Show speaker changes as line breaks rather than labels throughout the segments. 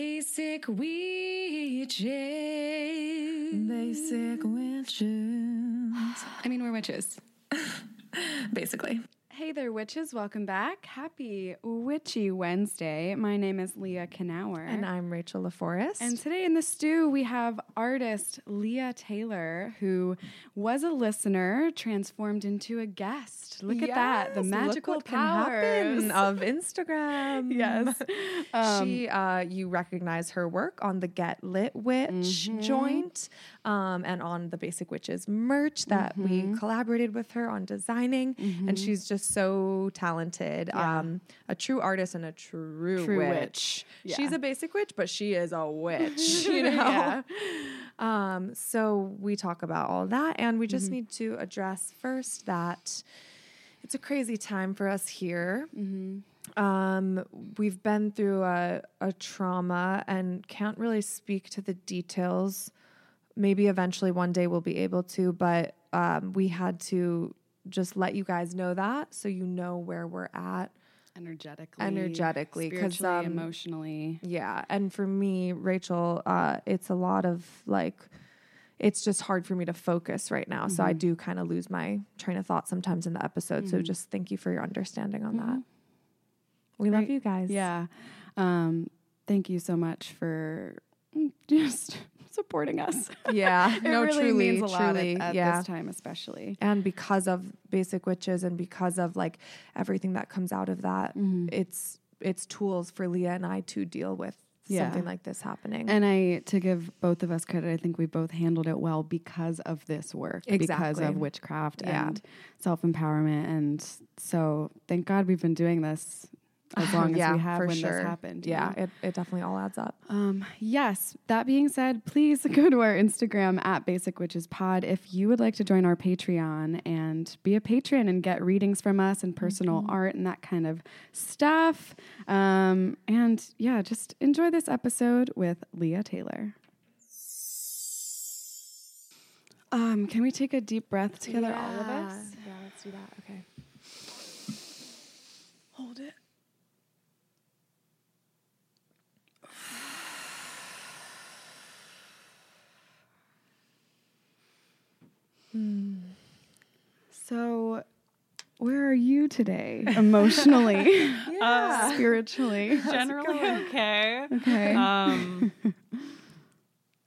Basic witches.
Basic witches.
I mean, we're witches.
Basically.
Hey there, witches. Welcome back. Happy Witchy Wednesday. My name is Leah Knauer.
And I'm Rachel LaForest.
And today in the stew, we have artist Leah Taylor, who was a listener transformed into a guest. Look at that. The
Yes, look
magical
what can
powers.
happen Uh, of Instagram.
Yes. Um,
she, uh, you recognize her work on the Get Lit Witch
Mm-hmm.
joint um, and on the Basic Witches merch that
Mm-hmm.
we collaborated with her on designing. And she's just so talented. Um, a true artist and a true,
True
witch.
witch.
She's
Yeah.
a basic witch, but she is a witch, you know?
Yeah.
Um, so we talk about all that, and we
Mm-hmm.
just need to address first that it's a crazy time for us here. Um, we've been through a, a trauma and can't really speak to the details. Maybe eventually one day we'll be able to, but um, we had to just let you guys know that so you know where we're at.
energetically,
Energetically, 'cause,
spiritually,
um,
emotionally.
Yeah. And for me, Rachel, uh, it's a lot of like, it's just hard for me to focus right now. So I do kind of lose my train of thought sometimes in the episode. So just thank you for your understanding on that. We love you guys.
Yeah. Um, thank you so much for mm, just supporting us.
Yeah.
It
no,
really
truly,
means a lot
truly.
at, at
yeah.
this time, especially.
and because of basic witches and because of like everything that comes out of that, it's it's tools for Leah and I to deal with
Yeah.
something like this happening.
And I, to give both of us credit, I think we both handled it well because of this work, because
Exactly.
of witchcraft
Yeah.
and self empowerment, and so thank God we've been doing this as long as we have when this happened. you
Yeah,
know?
it, it definitely all adds up.
Um, yes. That being said, please go to our Instagram at Basic Witches Pod if you would like to join our Patreon and be a patron and get readings from us and personal art and that kind of stuff. Um, and yeah, just enjoy this episode with Leah Taylor. Um, can we take a deep breath together, all of us?
Yeah, let's do that. Okay.
Hold it. So, where are you today, emotionally, Uh, spiritually?
generally okay.
Okay.
Um,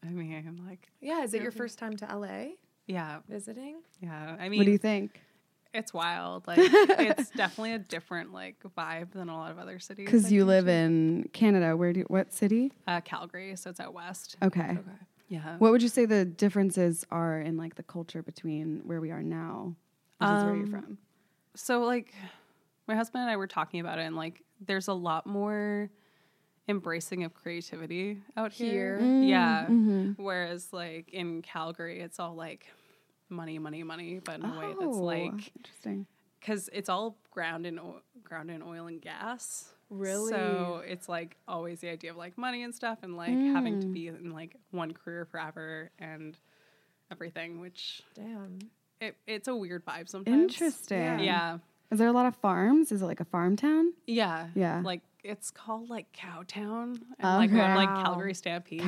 I mean, I'm like,
Yeah, is it your first time to LA
yeah,
visiting?
yeah. I
what do you
mean,
think?
it's wild. Like, it's definitely a different like vibe than a lot of other cities.
Because
I've
you
been
live
to.
in Canada. Where do what city?
uh, Calgary, so it's out west.
Okay.
Yeah.
What would you say the differences are in like the culture between where we are now versus where you're from?
so like my husband and I were talking about it and like there's a lot more embracing of creativity out here.
Mm,
Yeah.
mm-hmm.
Whereas like in Calgary it's all like money, money, money, but
Um,
in a way that's
Oh,
like
interesting.
because it's all ground in o- ground in oil and gas.
Really?
So it's like always the idea of like money and stuff, and like having to be
Hmm.
in like one career forever and everything, which
Damn.
it, it's a weird vibe sometimes.
Interesting.
Yeah,
Is there a lot of farms? Is it like a farm town?
yeah,
Yeah. Oh,
Like it's called like Cowtown, and like we have, like
Okay.
Calgary Stampede. which is-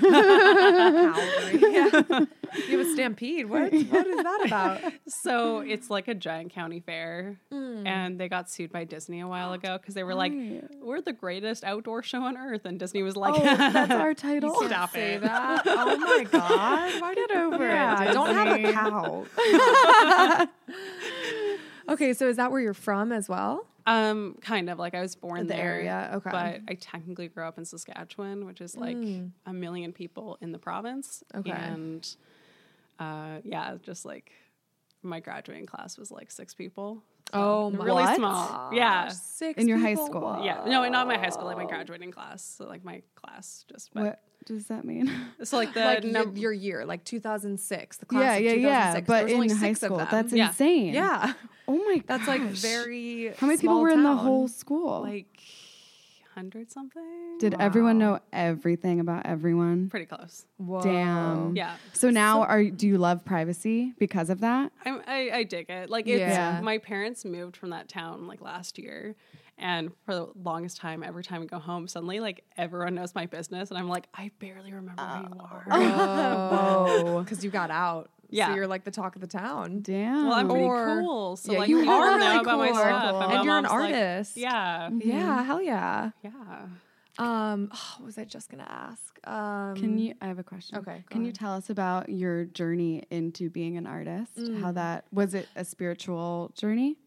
Calgary.
You have a stampede. What? What is that about?
So it's like a giant county fair,
Mm.
and they got sued by Disney a while ago because they were like, "We're the greatest outdoor show on earth," and Disney was like,
That's our title.
Stop
Say
it.
that. Oh my god. Why get over
it,
Don't have
Disney.
a cow. okay, so is that where you're from as well?
Um, kind of like I was born
The
there,
area, okay.
But I technically grew up in Saskatchewan, which is like a million people in the province.
Mm. Okay.
and uh, yeah, just like my graduating class was like six people.
Oh
really small. Yeah,
Six
In your high
people?
school.
Wow.
yeah. No, not my high school, like my graduating class. So like my class, just but
What does that mean?
so like the
Like your,
num-
your year, like 2006, the class
yeah,
of
yeah,
2006.
yeah.
there
But
was
in
only
high
six of
school,
them.
that's
Yeah.
insane.
yeah.
Oh my.
That's like
gosh.
very.
How many people
small
were in the
town.
whole school?
like hundred something.
Did everyone know everything about everyone?
pretty close?
Whoa.
Damn.
Yeah.
So now, are do you love privacy because of that?
I'm, I, I dig it. Like it's
Yeah.
my parents moved from that town like last year, And for the longest time, every time I go home, suddenly like everyone knows my business, and I'm like, I barely remember who you are.
Oh, because you got out.
Yeah.
So you're like the talk of the town.
Damn.
Well, I'm pretty
Or-
cool, so
Yeah,
like
you
people
are
know
really
about my
cool.
stuff,
And you're
my
an
mom's like,
artist.
yeah,
Yeah, hell yeah.
yeah.
Um, oh, what was I just gonna ask? Um,
Can you? I have a question.
okay, go
Can you
ahead.
tell us about your journey into being an artist? How that was it a spiritual journey?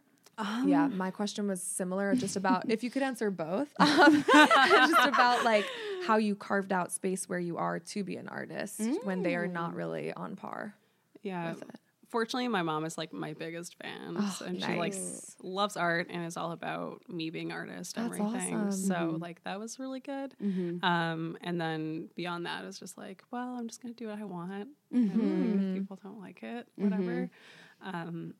yeah,
Um,
my question was similar, just about if you could answer both, um, just about like how you carved out space where you are to be an artist when they are
Mm.
not really on par.
Yeah. Fortunately, my mom is like my biggest fan, so- and she
Oh, nice.
likes loves art and is all about me being artist,
That's
everything.
awesome. Mm-hmm.
So like that was really good. Um, and then beyond that, it's just like, well, I'm just gonna do what I want. and
Mm-hmm.
if people don't like it, whatever. Um,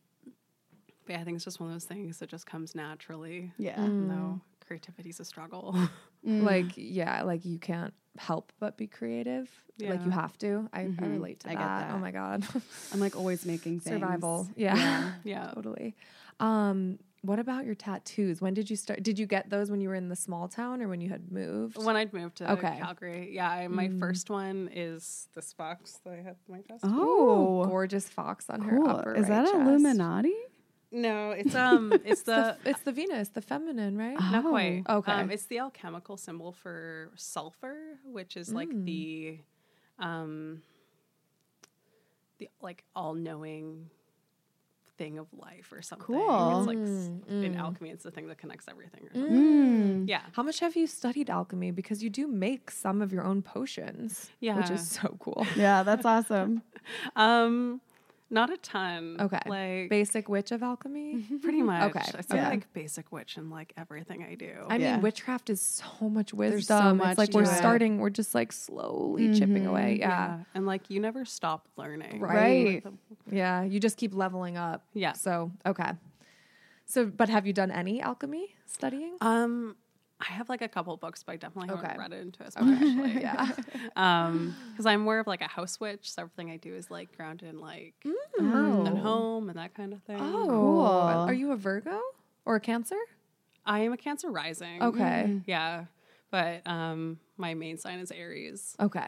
but yeah, I think it's just one of those things that just comes naturally.
Yeah.
even
Mm.
though creativity's a struggle.
Mm.
Like, yeah, like you can't help but be creative. Like you
Yeah.
have to. I, I relate to
Mm-hmm. I
that.
get
Oh
that.
my god,
I'm like always making things.
survival. Yeah.
yeah.
totally. Um, what about your tattoos? When did you start? Did you get those when you were in the small town or when you had moved?
When I'd moved to
Okay. Mm.
Calgary, yeah, I, my first one is this box that I have on my desk.
Ooh,
Oh,
gorgeous fox on her
cool.
upper
Is that
right chest.
Illuminati?
No, it's um, it's the
it's the Venus, the feminine, right?
Uh-huh.
not quite.
Okay.
um, it's the alchemical symbol for sulfur, which is like the, um, the like all-knowing thing of life or something.
Cool.
It's like s- in alchemy, it's the thing that connects everything. Or something.
Mm.
Yeah,
How much have you studied alchemy? Because you do make some of your own potions, which
Yeah.
is so cool.
Yeah, that's awesome.
um, not a ton.
Okay,
like
basic witch of alchemy.
Mm-hmm.
pretty much.
Okay.
I sound
Yeah.
like basic witch in like everything I do.
I
Yeah.
mean, witchcraft is so much wisdom.
There's so much
it's like we're
to it. Mm-hmm.
starting, we're just like slowly chipping away. Yeah.
and like you never stop learning.
Right.
yeah, You just keep leveling up.
Yeah.
So okay. So, but have you done any alchemy studying?
Uh,
Um, I have like a couple books, but I definitely
Okay.
haven't read it into as much. actually.
yeah.
Um, because I'm more of like a house witch, so everything I do is like grounded in like earth and home and that kind of thing.
Mm. Oh,
Cool.
are you a Virgo or a Cancer?
I am a Cancer rising.
Okay.
Mm-hmm.
Yeah, but um, my main sign is Aries.
Okay.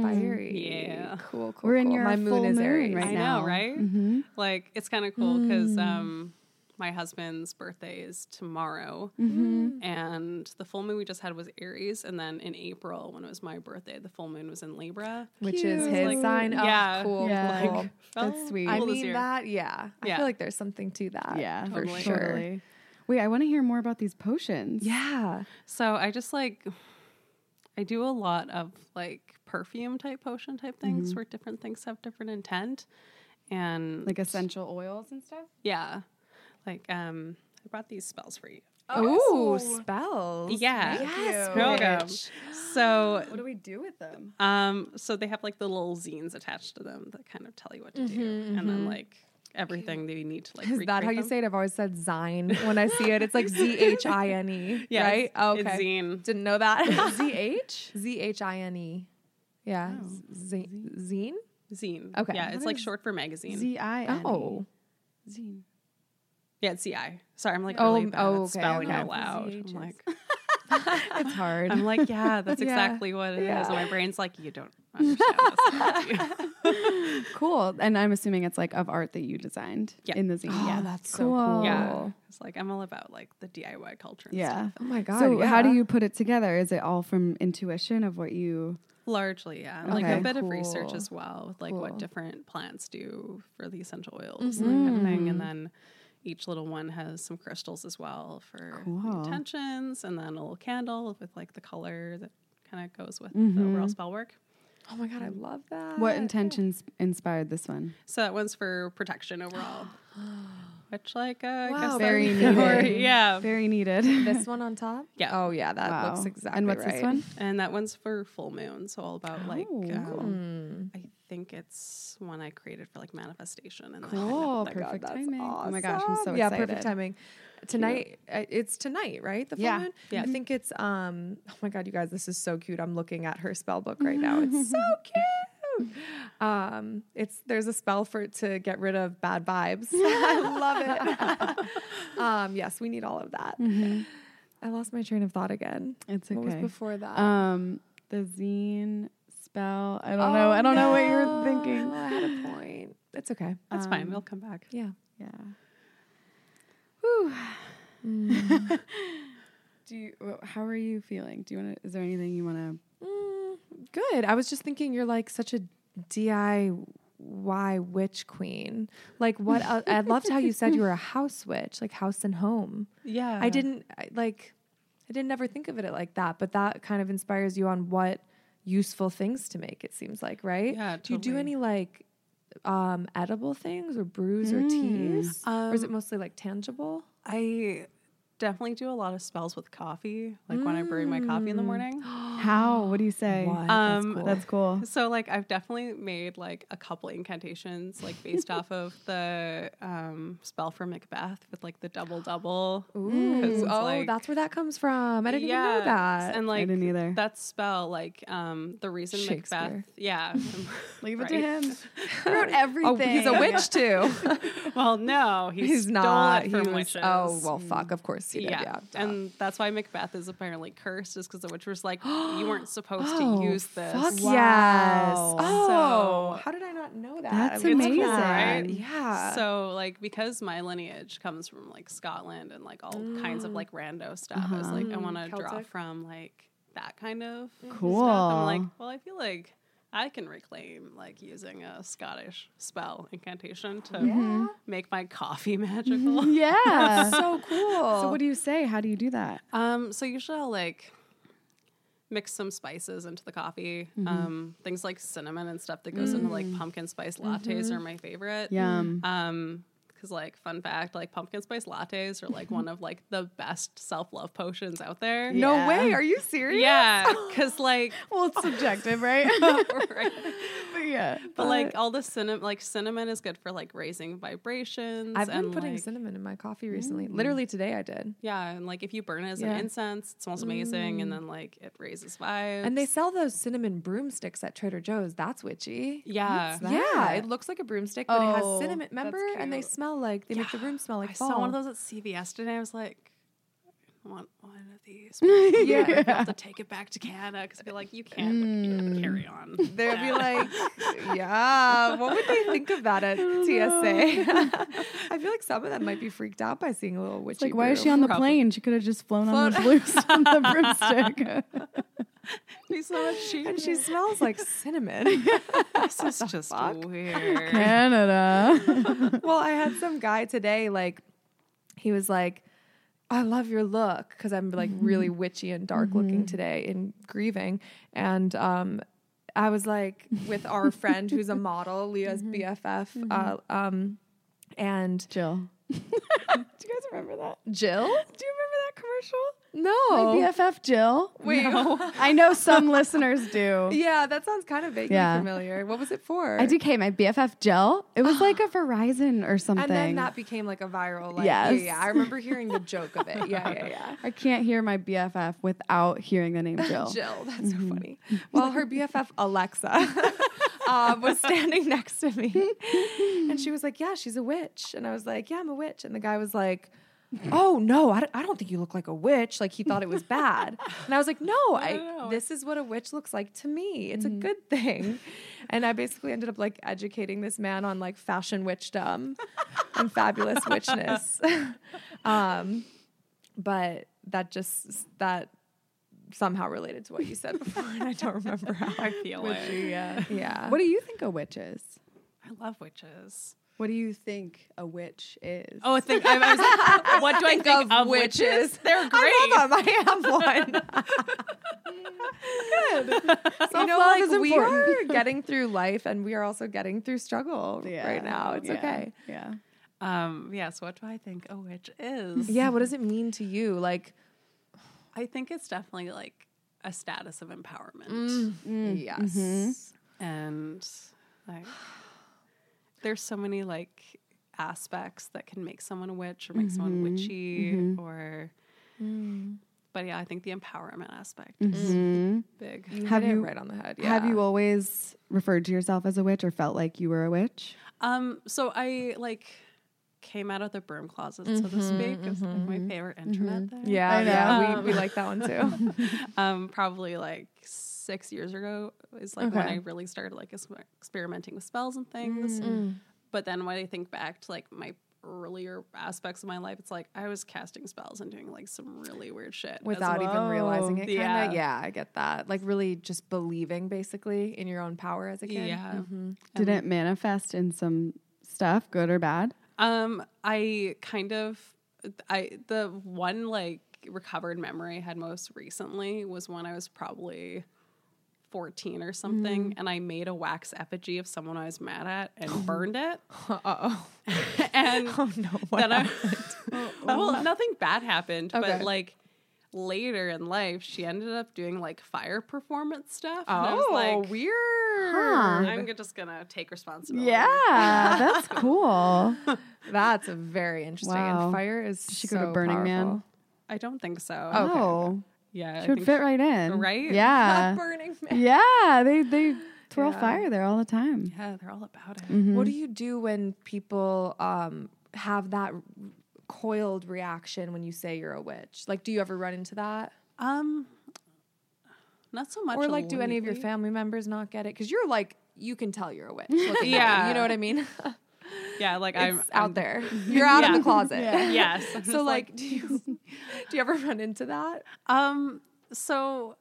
Fiery.
Yeah.
Mm. Cool, cool.
We're in
cool.
your
My
full
moon is
moon
Aries.
right
I
now.
know, right?
Mm-hmm.
Like it's kind of cool because
Mm.
um, my husband's birthday is tomorrow,
Mm-hmm.
and the full moon we just had was Aries, and then in April when it was my birthday, the full moon was in Libra.
Which is
Cute.
his
Like,
sign. Oh,
yeah.
cool,
Yeah.
cool.
Like, That's sweet.
I
cool this
mean
year.
that, yeah. I
Yeah.
feel like there's something to that.
Yeah,
for
Totally.
sure.
Totally. Wait, I want to hear more about these potions.
Yeah.
So I just like I do a lot of like perfume type potion type things
Mm-hmm.
where different things have different intent, and
Like essential oils and stuff.
yeah, like um, I brought these spells for you.
Oh, spells.
Yeah.
Yes.
you.
You're welcome.
bitch.
So
What do we do with them?
Um, so they have like the little zines attached to them that kind of tell you what to do, and then like everything that you need to like.
Mm-hmm, Is that how
recreate
you
them.
say it? I've always said zine when I see it. It's like Z H I N E.
Yeah,
Right?
it's-
Oh,
it's
okay.
zine.
Didn't know that.
Z H.
Z H I N E. Yeah.
Oh.
Z- zine?
Zine.
Okay.
Yeah, it's
What
like
is
short for magazine.
Z I N.
Oh.
Zine.
yeah, it's CI. Sorry, I'm like
Oh,
really bad
oh,
at
okay,
spelling
okay.
out loud.
ZHs.
I'm like,
It's hard.
I'm like, yeah, that's
Yeah.
exactly what it is.
Yeah.
And my brain's like, you don't understand this. do you?"
Cool. And I'm assuming it's like of art that you designed
Yeah.
in the zine.
Oh,
yeah.
that's so cool.
yeah,
Cool.
it's like I'm all about like the DIY culture. And
Yeah.
stuff.
Oh my god.
so how do
yeah.
you put it together? Is it all from intuition of what you?
Largely, yeah. And, Like
Okay.
a bit of research
Cool.
as well, with like
Cool. Mm-hmm.
what different plants do for the essential oils and that kind of thing. And then each little one has some crystals as well for the
Cool.
intentions, and then a little candle with like the color that kind of goes with the
Mm-hmm.
overall spell work.
Oh my god, I love that.
What intentions inspired this one?
So that one's for protection overall, which like uh,
Wow,
I guess
very
I-
needed.
or- yeah.
Very needed.
This one on top?
Yeah.
Oh yeah, that
wow.
looks exactly
And what's
right.
this one?
And that one's for full moon, so all about like
Oh,
um, I think it's one I created for like manifestation and that kind of
Cool.
thing.
Oh God,
Perfect
that's
timing. Oh my gosh, I'm so
awesome. yeah,
excited.
perfect timing. Tonight, uh, it's tonight, right? The full
Yeah.
moon.
Yeah.
I think it's. Um. Oh my god, you guys, this is so cute. I'm looking at her spell book right now. It's so cute. Um. It's there's a spell for it to get rid of bad vibes. I love it. um. Yes, we need all of that. I lost my train of thought again.
Mm-hmm. It's
What was
okay.
before that?
Um, the zine spell. I don't
Oh,
know. I don't know what you're thinking.
I had a point. It's okay.
That's fine.
Um,
We'll come back.
Yeah.
Yeah.
Mm.
Do you? wh- How are you feeling? Do you want to? Is there anything you want to?
Mm, good. I was just thinking you're like such a DIY witch queen. Like what? el- I loved how you said you were a house witch, like house and home.
Yeah.
I didn't I, like. I didn't ever think of it like that, but that kind of inspires you on what useful things to make. It seems like, right?
Yeah,
Do you do
totally.
any like um edible things or brews or teas, or is it
Hmm, Um,
mostly like tangible?
I definitely do a lot of spells with coffee, like when I brew my coffee in the morning.
How? What do you say?
What?
Um,
That's cool.
So like I've definitely made like a couple incantations like based off of the um, spell for Macbeth with like the double double.
Ooh, oh, that's where that comes from. I didn't even know that.
And like
didn't either.
that spell, like um, the reason Macbeth,
Shakespeare.
yeah,
Leave it to
right.
him. He wrote everything.
Oh, he's a witch too.
Well, no, he
he's
stole
not.
It
he
from
was-
witches.
Oh well, fuck. Of course he did.
yeah.
Yeah, duh.
and that's why Macbeth is apparently cursed, is because the witch was like, "You weren't supposed
Oh,
to use this."
Fuck
Wow.
yes.
So-
Oh, how did I not know that?
That's
I love
amazing.
that. Yeah.
So like because my lineage comes from like Scotland and like all kinds of like rando stuff, I was like, I want to
Mm. Mm-hmm.
draw
Celtic. Mm-hmm.
from like that kind of
Cool.
Stuff. I'm like, well, I feel like I can reclaim like using a Scottish spell incantation to
Mm-hmm.
make my coffee magical.
yeah.
so cool.
so what do you say? How do you do that?
Um, so usually I'll like mix some spices into the coffee.
Mm-hmm.
Um, things like cinnamon and stuff that goes into
Mm.
like pumpkin spice lattes
Mm-hmm.
are my favorite.
Yum.
Um, because like fun fact, like pumpkin spice lattes are like one of like the best self love potions out there.
no
Yeah.
way. Are you serious?
Yeah, because like,
Well, it's subjective, right?
right.
but yeah.
but like all the cinnamon, like cinnamon is good for like raising vibrations.
I've been
and,
putting
like-
cinnamon in my coffee recently. Literally today, I did.
Yeah, and like if you burn it as
Yeah. Mm.
an incense, it smells amazing, and then like it raises vibes.
And they sell those cinnamon broomsticks at Trader Joe's. That's witchy.
yeah,
Yeah, it looks like a broomstick, but it
Oh,
has cinnamon.
that's
Remember? And they
cute.
smell like they make the room smell like
I
fall.
saw one of those at CVS today. I was like, I want one of these. But yeah, I have to take it back to Canada because I'd be like, you can't you know, carry on.
They'd Mm. be like, yeah, what would they think of that at TSA? I feel like some of them might be freaked out by seeing a little witchy.
Like, why is she
broom.
on the
Probably.
plane? She could have just flown on those
Flown-
loose on the broomstick.
Be so much cheaper.
And she smells like cinnamon.
this is just weird.
Canada.
well, I had some guy today, like, he was like, I love your look because I'm like really
Mm-hmm.
witchy and dark looking today and grieving. And um, I was like with our friend who's a model, Leah's
Mm-hmm.
BFF, uh, um, and
Jill.
Do you guys remember that? Jill? Do you remember that
My
commercial? No.
BFF Jill.
Wait.
I know some listeners do.
Yeah, that sounds kind of vaguely
Yeah.
familiar. What was it for?
I IDK, my BFF Jill. It was like a Verizon or something.
And then that became like a viral. Like, yeah,
Yes.
yeah. I remember hearing the joke of it. Yeah, yeah, yeah.
I can't hear my BFF without hearing the name Jill.
Jill, that's so funny. Well, her BFF Alexa uh, was standing next to me, and she was like, "Yeah, she's a witch," and I was like, "Yeah, I'm a witch," and the guy was like. Oh no, I don't, I don't think you look like a witch. Like he thought it was bad, and I was like, no, I.
no.
This is what a witch looks like to me. It's a good thing, and I basically ended up like educating this man on like fashion witchdom and fabulous witchness. um, but that just that somehow related to what you said before, and I don't remember how.
I feel it.
Yeah.
Yeah.
What do you think a witch is?
I love witches.
What do you think a witch is?
Oh, I think I, I was like, what do I think of, witches? They're great.
I love them. I am one. Good. you know,
Self-love
like
is
we
important.
are getting through life, and we are also getting through struggle right now. It's
Yeah.
okay.
Yeah.
Um, yes. what do I think a witch is?
Yeah. What does it mean to you? Like,
I think it's definitely like a status of empowerment.
yes.
Mm-hmm. and like there's so many like aspects that can make someone a witch or make someone witchy or Mm. but yeah i think the empowerment aspect is big
Have
Have you
you-
right on the head?
Mm-hmm. Have
yeah.
you always referred to yourself as a witch or felt like you were a witch?
um so i Um, like came out of the broom closet, so to speak. It was like my favorite internet thing.
Mm-hmm, Yeah,
I
yeah,
know.
we, we like that one too.
Um, probably like six years ago is like when
Okay. Mm.
I really started like es- experimenting with spells and things. But then when I think back to like my earlier aspects of my life, it's like I was casting spells and doing like some really weird shit as
Without even
well.
realizing it, kind of. Yeah.
Yeah.
I get that. Like really, just believing basically in your own power as a kid.
Yeah.
Did it manifest in some stuff, good or bad?
Um, I kind of, I the one like recovered memory I had most recently was when I was probably. 14 or something
Mm.
and I made a wax effigy of someone I was mad at and burned it
Uh oh.
and
Oh no. What
then I,
happened?
Oh,
well, nothing bad happened,
Okay.
but like later in life, she ended up doing like fire performance stuff. and I was
Oh,
like,
Oh, weird.
I'm g- just gonna take responsibility.
Yeah, that's cool.
That's very interesting.
Wow.
And fire is. Did
she go to Burning Man?
I don't think so.
Oh, Okay.
Oh,
yeah, I
she would
think
fit right in,
Right?
Yeah,
Uh, Burning Man.
yeah. They they twirl
Yeah.
fire there all the time.
yeah, they're all about it.
What do you do when people um, have that r- coiled reaction when you say you're a witch? Like, do you ever run into that?
Um, not so much.
or like, do any of your
lately.
family members not get it? Because you're like, you can tell you're a witch. looking at you, you
Yeah.
know what I mean. it's
Yeah, like I'm
out
I'm-
there. You're out of
Yeah.
the closet.
Yes. I'm
So
just
like, do you do you ever run into that?
Um, so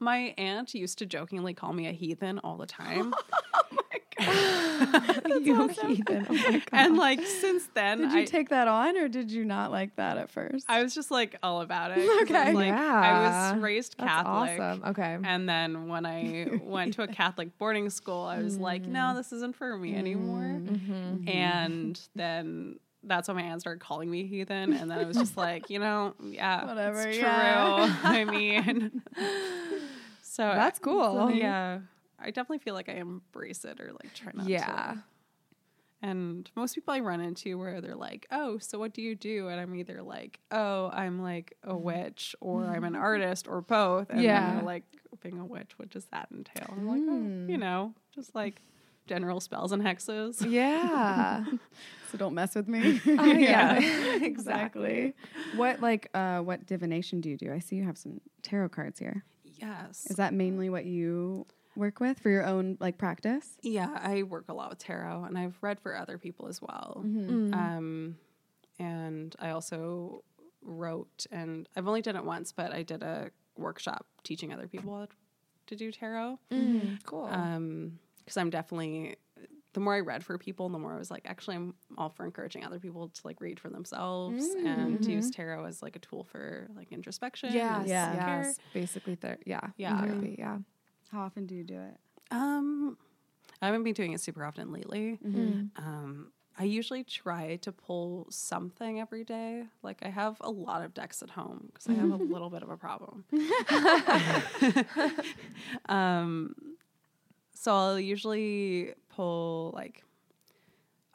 my aunt used to jokingly call me a heathen all the
Oh
time.
you heathen. Oh my God.
and like since then
Did you
I,
take that on, or did you not like that at first?
I was just like all about it. 'cause
Okay.
I'm, Like, I
Yeah.
was raised
That's
Catholic.
awesome. Okay.
And then when I went to a Catholic boarding school, I was like,
Mm.
no, this isn't for me anymore.
Mm-hmm.
And then that's when my aunt started calling me heathen. And then I was just like, you know, yeah,
Whatever,
It's true.
yeah.
I mean, so
That's cool.
Yeah. I definitely feel like I embrace it or like try not to.
yeah.
And most people I run into where they're like, "Oh, so what do you do?" And I'm either like, "Oh, I'm like a witch," or "I'm an artist," or both. And
Yeah.
then they're like, "Being a witch, what does that entail?" I'm like, oh, "You know, just like general spells and hexes."
Yeah.
so don't mess with me.
yeah.
exactly. What like uh, what divination do you do? I see you have some tarot cards here.
Yes.
Is that mainly what you work with for your own like practice?
yeah, I work a lot with tarot, and I've read for other people as well. Um, and I also wrote, and I've only done it once, but I did a workshop teaching other people how to do tarot.
Mm. Cool.
um because i'm definitely the more i read for people the more i was like actually i'm all for encouraging other people to like read for themselves and to use tarot as like a tool for like introspection
Mm-hmm. yes.
and
Yeah.
self-care.
Yes. Basically, ther- yeah.
Yeah.
Therapy, yeah.
How often do you do it?
um i haven't been doing it super often lately um i usually try to pull something every day like i have a lot of decks at home because i have a little bit of a problem um so i'll usually pull like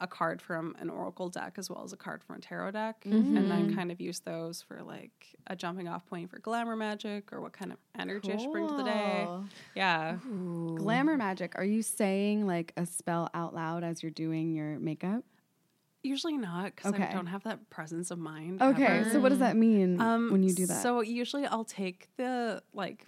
a card from an oracle deck as well as a card from a tarot deck and then kind of use those for like a jumping off point for glamour magic or what kind of energy I should bring to the day
Cool.
yeah
Glamour magic. Are you saying like a spell out loud as you're doing your makeup?
usually not because
Okay.
i don't have that presence of mind
Okay. um,
ever.
So what does that mean Mm, when you do that?
Mm. So usually I'll take the like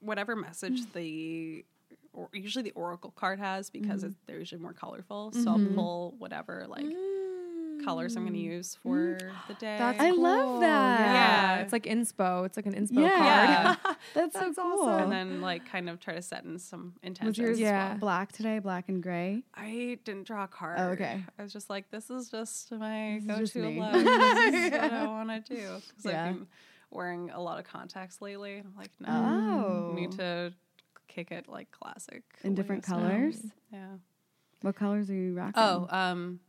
whatever message the or usually the oracle card has because it, they're usually more colorful. So I'll pull whatever like
Mm.
colors I'm going to use for the day.
That's
I
cool.
love that.
Yeah.
Yeah.
It's like inspo. It's like an inspo
Yeah.
card.
yeah,
that's, so cool.
and then like kind of try to set in some
was
intentions.
yours
as
Yeah.
well.
black today? Black and gray.
I didn't draw a card.
Oh, okay.
I was just like, this is just my
This is just
go-to
me.
look. This is what I want to do. 'Cause
Yeah.
I've been wearing a lot of contacts lately. and I'm like, no,
Oh.
need to kick it like classic
In different
ways now.
colors?
Yeah.
What colors are you rocking?
Oh, um,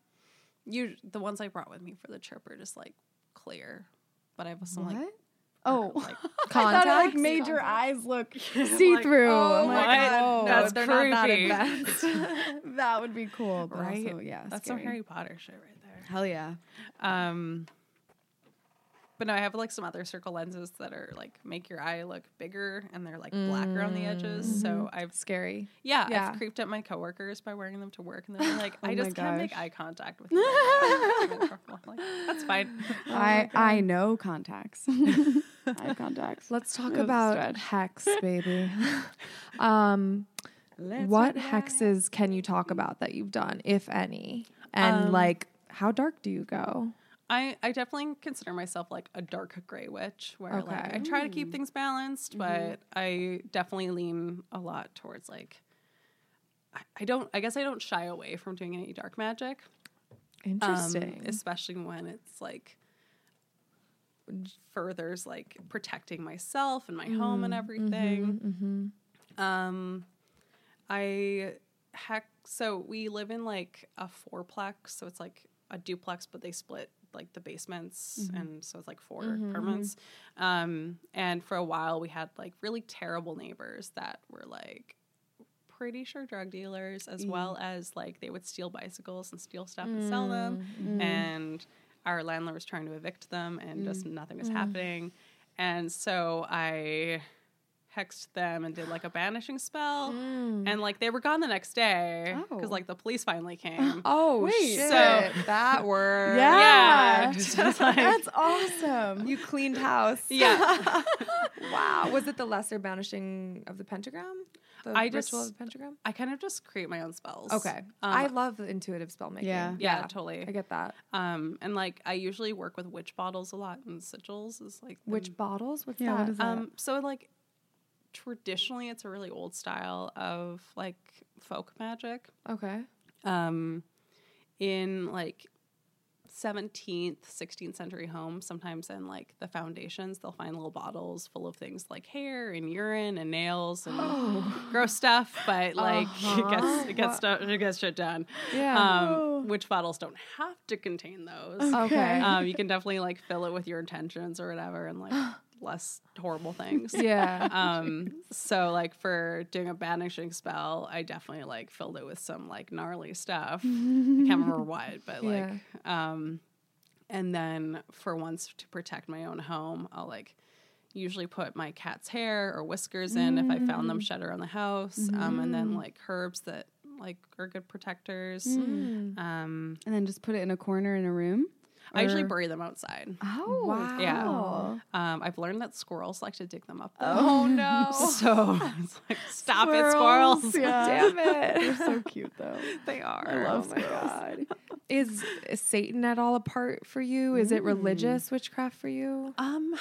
you the ones I brought with me for the trip are just like clear, but I have some
what?
like
oh, I
like
thought it like
Contacts?
made your
Contacts.
eyes look see through.
oh
I'm like,
my God.
oh,
No,
that's
they're not that
creepy.
advanced.
that would be cool. But
right.
Also, yeah,
that's
scary.
some Harry Potter shit right there.
Hell yeah.
Um, but no, I have like some other circle lenses that are like make your eye look bigger and they're like blacker on the edges. So I've
Scary.
yeah,
Yeah.
I've creeped up my coworkers by wearing them to work and they're like,
Oh
I
my
just can't make
gosh.
eye contact with you. right now." I'm uncomfortable. I'm like, That's fine.
I I know contacts. I have contacts.
Let's talk
That was a
about
stretch.
hex, baby. um, what hexes can you talk about that you've done, if any? And
Um,
like, how dark do you go?
I, I definitely consider myself like a dark gray witch where like
Okay.
I try to keep things balanced, but I definitely lean a lot towards like I, I don't I guess I don't shy away from doing any dark magic. um,
Interesting.
especially when it's like furthers like protecting myself and my home and everything. Um, I heck. So we live in like a fourplex, so it's like a duplex, but they split like the basements, and so it's like 4 apartments. Um, and for a while, we had like really terrible neighbors that were like pretty sure drug dealers, as well as like they would steal bicycles and steal stuff and sell them. And our landlord was trying to evict them, and just nothing was happening. And so I hexed them and did like a banishing spell and like they were gone the next day because
Oh.
like the police finally came
oh
Wait.
shit,
So-
that worked.
Yeah.
just like,
That's awesome.
You cleaned house.
yeah
Wow. Was it the lesser banishing of the pentagram? The
I
ritual
just-
of the pentagram?
i kind of just create my own spells
Okay.
um,
I love the intuitive spell making.
Yeah.
yeah,
I
totally
get that.
um and like i usually work with witch bottles a lot and sigils is like the
Which bottles? What's
Yeah,
that?
what is that?
Um, so like traditionally, it's a really old style of like folk magic.
okay.
Um, in like 17th, 16th century homes, sometimes in like the foundations, they'll find little bottles full of things like hair and urine and nails and gross stuff. But like it gets it gets stuff it gets shit done.
Yeah.
Uh-huh. Oh.
Um, which bottles don't have to contain those
Okay.
um, you can definitely like fill it with your intentions or whatever and like less horrible things.
yeah.
Um, so like for doing a banishing spell, I definitely like filled it with some like gnarly stuff. I can't remember what, but like, um, and then for once to protect my own home, I'll like usually put my cat's hair or whiskers in if I found them shed around the house. Um, and then like herbs that like are good protectors. Um,
And then just put it in a corner in a room.
I usually
Or-
bury them outside.
Oh
Wow.
Yeah.
wow.
Um, I've learned that squirrels like to dig them up.
Oh no.
though. So it's like, stop it, squirrels.
Damn
They're
it.
so cute though. Oh
They are.
I love
my god. Is is Satan at all apart for you? Is it religious witchcraft for you?
Um,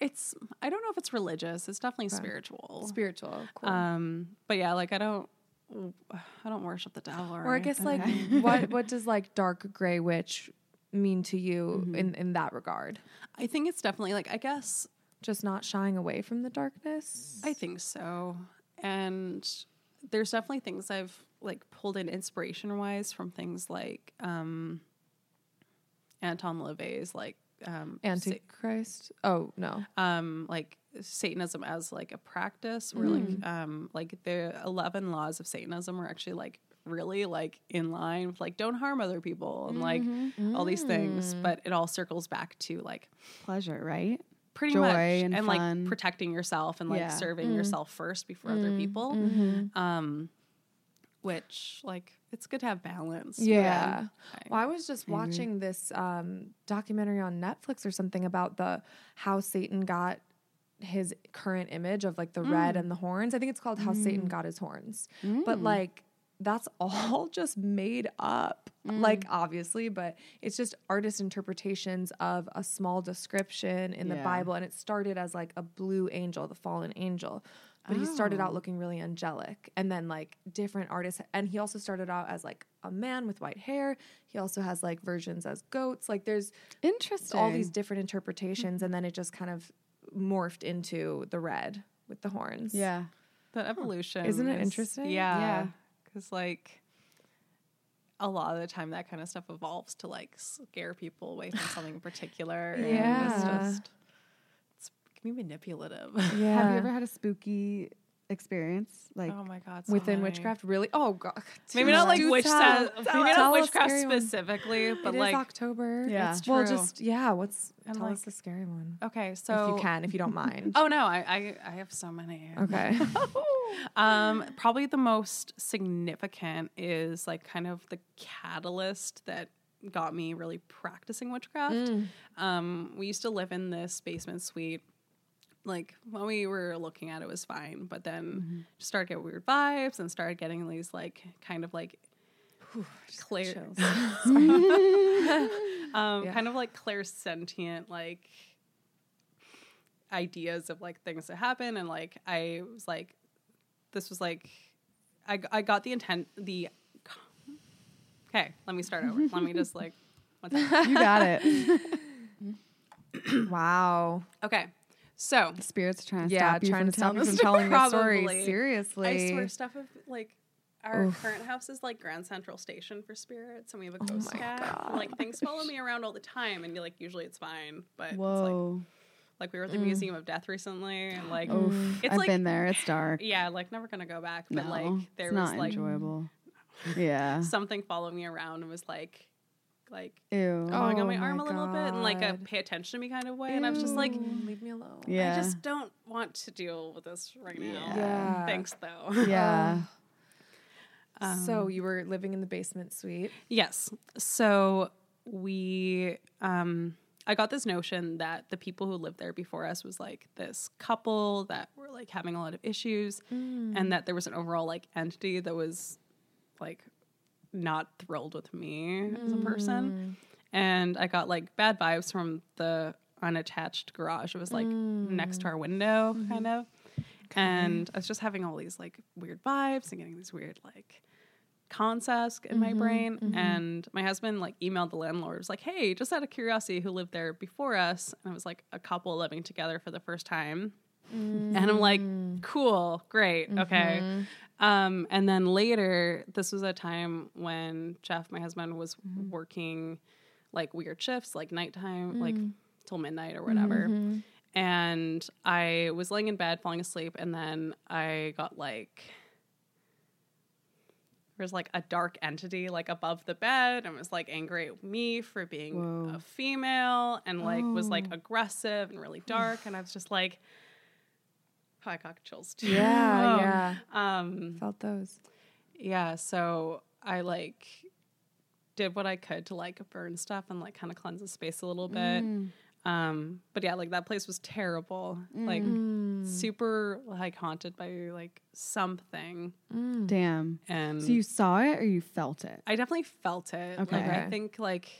it's I don't know if it's religious. It's definitely spiritual.
Spiritual, cool.
Um, but yeah, like I don't, I don't worship the devil.
or I guess like what what does like dark gray witch mean to you in in that regard?
I think it's definitely like I guess
Just not shying away from the darkness.
I think so. And there's definitely things I've like pulled in inspiration wise from things like um, Anton LaVey's like um, Sa-
Antichrist. Oh no.
um, like Satanism as like a practice, where
Mm.
like um, like the eleven laws of Satanism are actually like really like in line with like don't harm other people and like
Mm-hmm.
all these things,
Mm.
but it all circles back to like
Pleasure, right?
pretty
Joy
much
and fun.
like protecting yourself and like
Yeah. Mm. Mm-hmm.
serving yourself first before other people. Um, which like it's good to have balance. but
Yeah.
I-
Well, I was just watching this um, documentary on Netflix or something about the how Satan got his current image of like the red and the horns. I think it's called How Satan Got His Horns. But like that's all just made up. Like obviously, but it's just artist interpretations of a small description in the
Yeah.
Bible and it started as like a blue angel, the fallen angel. But he started out looking really angelic and then like different artists and he also started out as like a man with white hair. He also has like versions as goats. Like there's
Interesting.
all these different interpretations and then it just kind of morphed into the red with the horns.
Yeah.
But evolution
Isn't it
is-
interesting?
Yeah,
Yeah.
because like a lot of the time, that kind of stuff evolves to like scare people away from something in particular. and it's
Yeah.
just it's, it can be manipulative.
Yeah.
Have you ever had a spooky experience? Like,
oh my god, so
within
many.
witchcraft, really? Oh God,
Maybe not like
Do
witch,
tell.
maybe
Tell us.
not
Tell us
witchcraft
scary ones.
specifically, but
It is
like
October.
Yeah.
It's
Well,
true.
just yeah. What's
And,
tell us
like,
the scary one
okay, so
if you can, if you don't mind.
Oh no, I I, I have so many.
okay.
Um, probably the most significant is like kind of the catalyst that got me really practicing witchcraft. Um, we used to live in this basement suite. Like when we were looking at it, it was fine, but then just started getting weird vibes and started getting these like kind of like clear, um,
Yeah.
kind of like clairsentient like ideas of like things that happen and like i was like this was like i, g- I got the intent the okay let me start over let me just like what's that?
you got it.
wow.
okay so
Spirits trying to
Yeah,
stop you
trying
from
to stop
telling
us from
us.
telling the story.
Probably.
Seriously.
i swear stuff of like our current house is like Grand Central Station for spirits, and we have a
Oh
ghost
my
cat. and, Like things follow me around all the time, and like usually it's fine, but it's like
Whoa. Mm.
Like we were at the Museum of Death recently, and like
Oof.
mm. it's
I've
like
been there. It's dark.
yeah, like never gonna go back. But
no,
like there
it's
was
not
like
enjoyable. yeah.
something followed me around and was like like
Ew.
pulling
Oh
on my arm
my
a little bit and like a
God. Mm,
pay attention to me kind of way, and I was just like.
leave me alone.
yeah.
I just don't want to deal with this right now.
Yeah.
Thanks though.
yeah.
Um,
so you were living in the basement suite.
Yes. So we, um, I got this notion that the people who lived there before us was like this couple that were like having a lot of issues, and that there was an overall like entity that was like not thrilled with me as a person. And I got like bad vibes from the unattached garage. It was like next to our window, kind of. And I was just having all these like weird vibes and getting these weird like concepts in my brain. And my husband like emailed the landlord, was like, hey, just out of curiosity, who lived there before us? And it was like a couple living together for the first time. And I'm like, cool, great, okay. Um, and then later, this was a time when Jeff, my husband, was working like weird shifts, like nighttime, like till midnight or whatever. And I was laying in bed, falling asleep, and then I got like there was like a dark entity like above the bed and was like angry at me for being
Whoa.
a female and like was like aggressive and really dark. and I was just like, oh, I got chills too.
Yeah,
Um,
yeah.
Um,
Felt those.
yeah, so I like did what I could to like burn stuff and like kind of cleanse the space a little bit.
Mm.
Um, but yeah, like that place was terrible.
Mm.
Like super like haunted by like something.
Damn.
And
So you saw it or you felt it?
I definitely felt it. Like
Okay.
I think like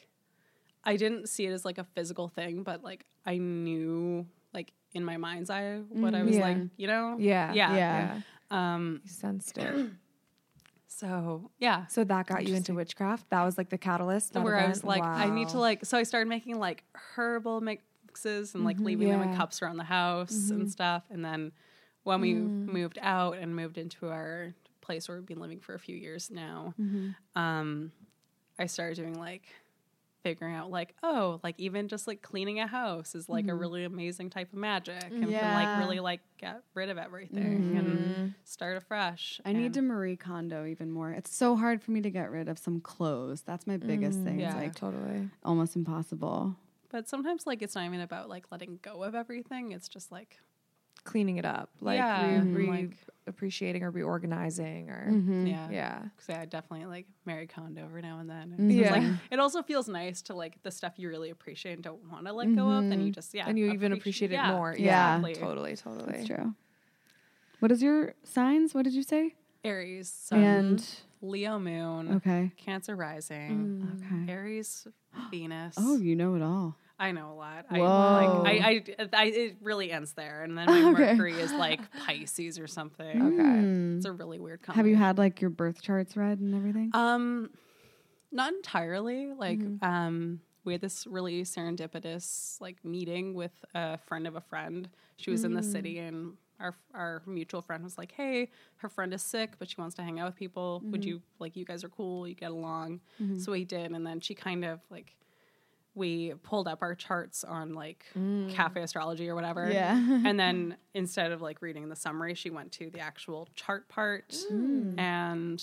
I didn't see it as like a physical thing, but like I knew like in my mind's eye what I was
Mm-hmm. yeah.
like, you know?
Yeah,
Yeah.
Yeah.
Um
You sensed it.
so yeah.
So that got you into witchcraft. That was like the catalyst. that
where I
event?
was like, I need to
Wow.
like. So I started making like herbal mixes and like leaving them in
Yeah.
cups around the house
Mm-hmm.
and stuff. And then when we
Mm.
moved out and moved into our place where we've been living for a few years now,
Mm-hmm.
um, I started doing like figuring out like oh like even just like cleaning a house is like a really amazing type of magic and can
Mm-hmm. Yeah. Mm-hmm.
like really like get rid of everything and start afresh
I need
and-
to Marie Kondo even more. It's so hard for me to get rid of some clothes. That's my biggest thing.
Mm, yeah.
It's like
totally.
almost impossible.
but sometimes like it's not even about like letting go of everything it's just like
cleaning it up, like
Yeah,
re- re-
like-
appreciating or reorganizing or
Mm,
yeah
yeah.
Because I definitely like Mary Kondo every now and then. And so it's,
Yeah.
Like, it also feels nice to like the stuff you really appreciate and don't want to let go of. Then you just, yeah.
And you even appreciate it
yeah,
more.
Yeah.
Yeah.
Exactly.
Totally, totally.
That's true. What is your signs? What did you say?
Aries, sun,
And
Leo moon,
okay.
Cancer rising,
Okay.
Aries, Venus.
Oh, you know it all.
I know a lot.
Whoa.
I, like, I, I, I, it really ends there. And then my
Okay.
Mercury is like Pisces or something.
Okay.
Hmm.
It's a really weird combination.
Have you had like your birth charts read and everything?
Um, not entirely. Like, um, we had this really serendipitous like meeting with a friend of a friend. She was in the city, and our our mutual friend was like, "Hey, her friend is sick, but she wants to hang out with people. Would you like? You guys are cool. You get along." So we did, and then she kind of like we pulled up our charts on like
Mm.
cafe astrology or whatever.
Yeah.
and then instead of like reading the summary, she went to the actual chart part and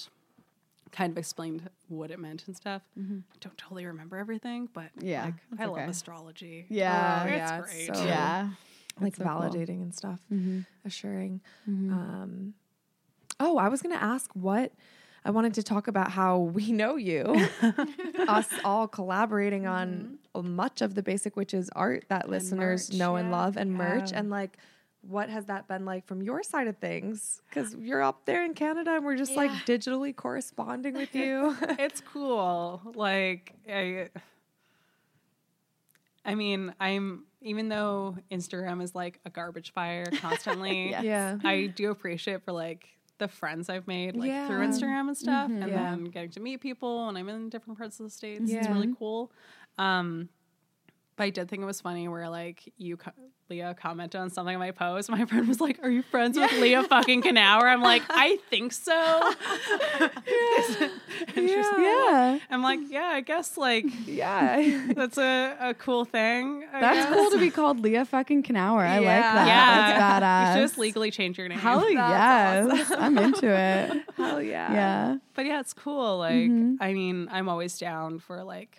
kind of explained what it meant and stuff. I don't totally remember everything, but
Mm-hmm. Yeah,
like,
that's
I love
okay.
astrology.
yeah.
Oh,
it's
yeah, it's
great.
so-
yeah.
like
so cool.
validating and stuff, assuring. Um, oh, I was going to ask what I wanted to talk about how we know you, us all collaborating on much of the Basic Witches art that listeners
merch,
know and
yeah.
love, and merch,
Yeah.
and like. What has that been like from your side of things? Because you're up there in Canada and we're just like
Yeah.
digitally corresponding with you.
it's cool. Like I I mean, I'm even though Instagram is like a garbage fire constantly,
Yeah.
I do appreciate for like the friends I've made like through
Yeah. Mm-hmm.
Instagram and stuff and
Yeah.
then getting to meet people and I'm in different parts of the states. It's
Yeah.
really cool. Um but I did think it was funny where like you co- Leah commented on something on my post. My friend was like, "Are you friends with Leah fucking Canower?" I'm like, "I think so." And she's like,
Yeah.
I'm like, yeah, I guess like
Yeah.
that's a, a cool thing. I
That's
guess.
cool to be called Leah fucking Canower. I like
Yeah.
that.
Yeah,
That's
You
badass.
should just legally change your name.
Hell yes. I'm into it.
Hell yeah.
Yeah.
But yeah, it's cool. Like,
Mm-hmm.
I mean, I'm always down for like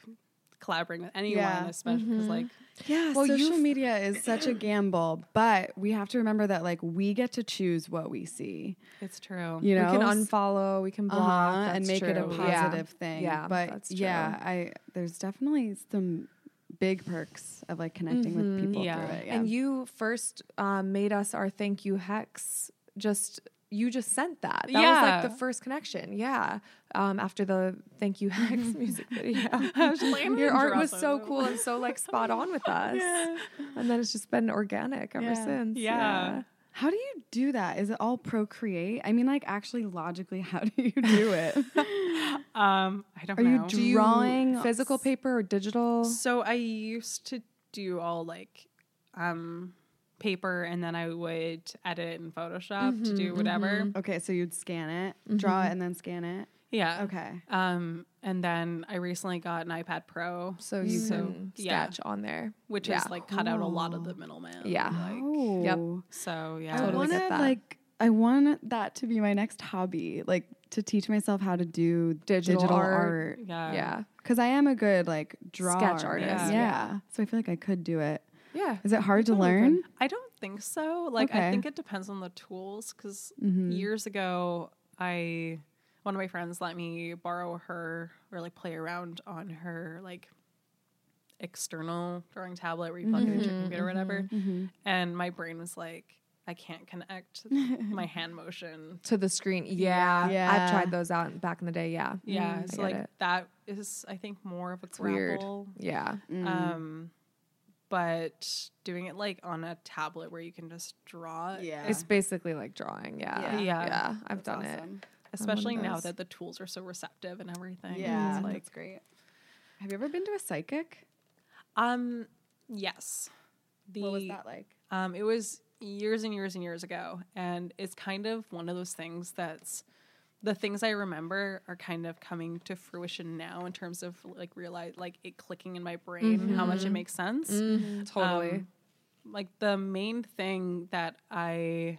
collaborating with anyone,
Yeah. Mm-hmm.
especially because like,
Yeah,
Well,
social
you've-
media is such a gamble, but we have to remember that like we get to choose what we see.
it's true.
You know,
we can unfollow, we can block,
Uh-huh, and
that's
make it a
true.
positive
Yeah.
thing.
Yeah,
but
that's
yeah,
true.
I there's definitely some big perks of like connecting with people
Yeah.
through it. Yeah.
Mm-hmm. And you first um, made us our thank you hex. Just you just sent that. That was
Yeah.
like the first connection. Yeah. Um, after the thank you hex music video.
I was just like, I'm
Your
gonna
art
dress
was so
up.
cool and so like spot on with us. And then it's just been organic ever
Yeah.
since.
Yeah.
how do you do that? Is it all procreate? I mean, like actually logically, how do you do it?
Um, I don't
Are you
know.
dr-
Do you
Drawing-
physical paper or digital?
so I used to do all like, um, paper, and then I would edit in Photoshop to
Mm-hmm.
do whatever.
okay, so you'd scan it, draw
Mm-hmm.
it, and then scan it.
Yeah.
Okay.
Um, and then I recently got an iPad Pro,
So you
So,
can
yeah.
sketch on there.
which
Yeah.
has like cut out a lot of the middleman.
Yeah.
Like,
oh.
so yeah.
I
Totally
want
get
to
that.
like I want that to be my next hobby, like to teach myself how to do digital,
Digital
art.
art.
Yeah.
Yeah.
Because I am a good like drawer.
Sketch artist,
Yeah.
Yeah.
so I feel like I could do it.
Yeah.
Is it hard to
Totally
learn?
I don't think so. Like
Okay.
I think it depends on the tools because
Mm-hmm.
years ago I one of my friends let me borrow her or like play around on her like external drawing tablet where you plug it into
Mm-hmm.
your computer or whatever. And my brain was like, I can't connect my hand motion
to the screen. Yeah.
Yeah.
I've tried those out back in the day. Yeah. Mm-hmm.
Yeah,
Mm, I
so
get
like
it.
that is I think more of a
It's weird.
grapple.
Yeah.
Mm.
Um, but doing it like on a tablet where you can just draw, it,
Yeah.
It's basically like drawing. Yeah.
Yeah.
Yeah.
I've done it.
especially
of
now
those.
that the tools are so receptive and everything.
Yeah,
it's
that's
like
great. Have you ever been to a psychic?
um, yes, the
what was that like?
um, it was years and years and years ago, and it's kind of one of those things that's the things I remember are kind of coming to fruition now in terms of like realize like it clicking in my brain how much
Mm-hmm.
it makes sense.
Totally.
Um, like the main thing that I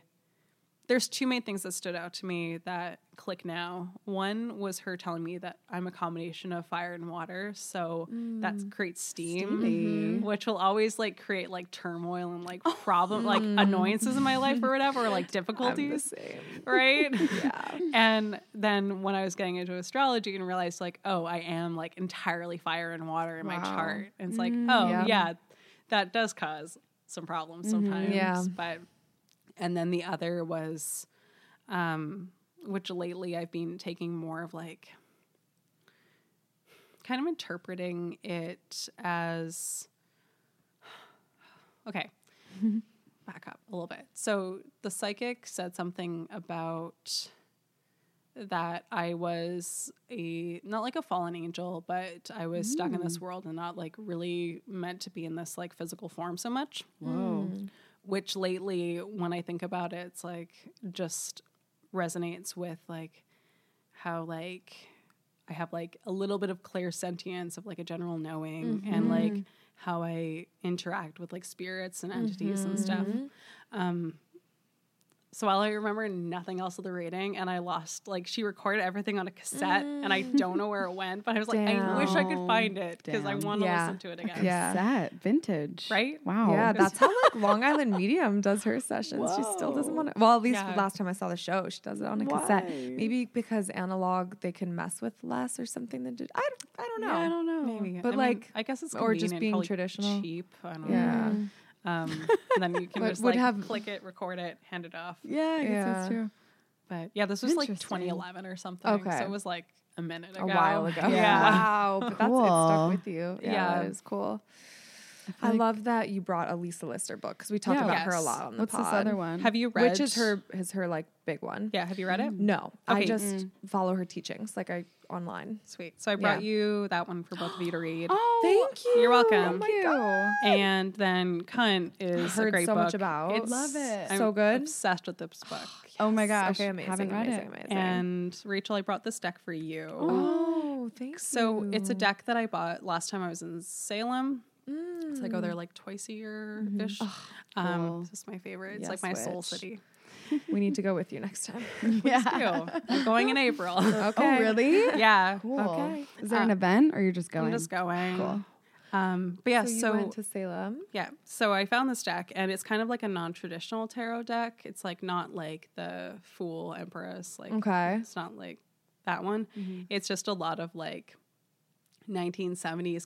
there's two main things that stood out to me that click now. One was her telling me that I'm a combination of fire and water, so that
Mm.
creates steam, which will always like create like turmoil and like problem like annoyances in my life or whatever, or
Oh. I'm
like
the
difficulties,
same.
right? Yeah. and then when I was getting into astrology and realized like, oh, I am like entirely fire and water in my
Wow. Mm,
chart. And it's like, oh
yeah. Mm-hmm.
yeah, that does cause some problems sometimes.
Yeah.
But and then the other was um which lately I've been taking more of like kind of interpreting it as okay. Back up a little bit. So the psychic said something about that I was a not like a fallen angel, but I was stuck in this world and not like really meant to be in this like physical form so much.
Whoa.
Which lately, when I think about it, it's like just resonates with like how like I have like a little bit of clairsentience of like a general knowing and like how I interact with like spirits and entities and stuff. Um, so while I remember nothing else of the reading, and I lost like she recorded everything on a cassette, and I don't know where it went. But I was like, I wish I could
Damn.
find it because I
Damn.
want to
Yeah.
listen to it again.
Yeah.
Cassette, vintage.
Right?
Wow.
Yeah, that's how like Long Island Medium does her sessions. She still doesn't want to. Well, at least
Yeah.
last time I saw the show, she does it on a cassette.
Why?
Maybe because analog they can mess with less or something than did. I don't- I don't know.
Yeah, I don't know.
Maybe.
But,
I mean,
like-
I guess it's
or just
convenient,
being
probably
traditional.
cheap. I don't
Yeah.
know. Um, and then you can
But
just
would
like
have-
click it, record it, hand it off.
Yeah, I guess that's
Yeah.
true.
But yeah, this was like
Interesting.
2011 or something.
Okay.
So it was like a minute ago.
A while ago.
Yeah.
Wow. But that's it
Cool.
stuck with you. Yeah,
Yeah.
that is cool. I,
feel like-
love that you brought Elisa Lister book because we talked
Yeah.
about her a
Yes.
lot on the
What's
pod.
this other one?
Have you read?
Which is her Mm. is her like big one.
Yeah. Have you read it?
No, I
Okay.
just follow her teachings like I online.
Sweet. So I brought
Yeah. Oh,
you that one for both of you to read.
Thank you.
You're welcome.
Thank you.
And then Cunt is
Heard
a great
so
book.
much about.
It's
Love it.
I'm
So good.
Obsessed with this book.
Oh my gosh.
Okay, amazing.
Haven't read
amazing,
it.
Amazing.
And Rachel, I brought this deck for you.
oh, thanks.
So it's a deck that I bought last time I was in Salem. So I go
Mm.
there like twice a year
Mm-hmm.
ish. Um,
cool.
this is my favorite. It's
Yes,
like my soul
witch.
city.
we need to go with you next time.
Yeah.
Ew. I'm going in April.
Okay. Um,
Oh, really?
yeah.
Cool.
Okay.
Is there an event or you're just going?
I'm just going.
Cool.
Um, but yeah,
So
so,
you went to Salem.
yeah, so I found this deck, and it's kind of like a non-traditional tarot deck. It's like not like the Fool Empress, like
Okay.
it's not like that one.
Mm-hmm.
It's just a lot of like 1970s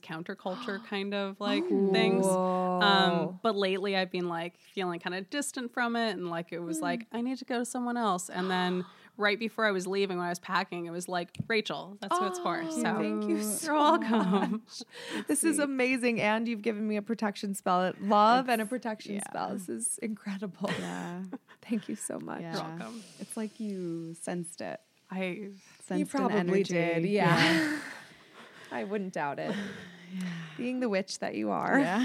counterculture kind of like things. Um,
Cool.
but lately I've been like feeling kind of distant from it and like it was like I need to go to someone else. And then right before I was leaving when I was packing, it was like Rachel, that's who it's for. So
thank you so
you're welcome.
Mm. This is amazing, and you've given me a protection spell at love and a protection spell. This is incredible.
yeah.
Thank you so much.
Yeah.
You're welcome.
It's like you sensed it.
I
Sensed an
probably
energy.
did, yeah. I wouldn't doubt it. Being the witch that you are.
Yeah.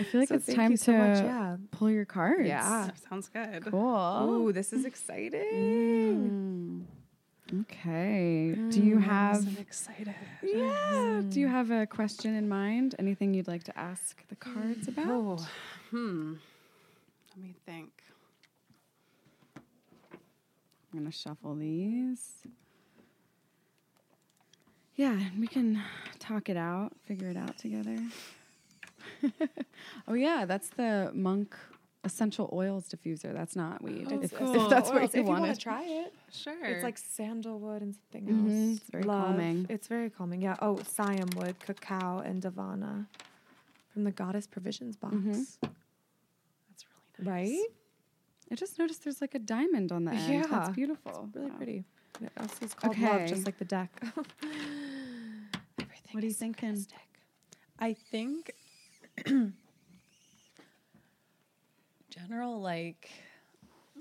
I feel like
So
it's
thank
time
you
to
so much, yeah.
pull your cards.
Yeah.
that sounds good.
Cool.
Ooh, this is exciting.
Mm. Okay. Do you have
I'm excited.
Yeah. Do you have a question in mind? Anything you'd like to ask the cards about?
Oh, hmm. Let me think.
I'm gonna shuffle these. Yeah, and we can talk it out, figure it out together. oh yeah, that's the monk essential oils diffuser. That's not weed.
Oh,
if, if
cool.
that's
Oils,
what
if
you
you want to
wanted.
try it.
Sure.
It's like sandalwood and something else.
Mhm, it's very calming.
It's very calming. Yeah. Oh, siamwood, cacao, and davana from the goddess provisions box.
Mm-hmm.
that's really nice.
Right?
I just noticed there's like a diamond on the end.
Yeah.
that's beautiful.
Really
Wow.
pretty. And It also is called love,
Okay.
just like the deck. Everything
What are you
is
thinking?
synchronistic.
I think general like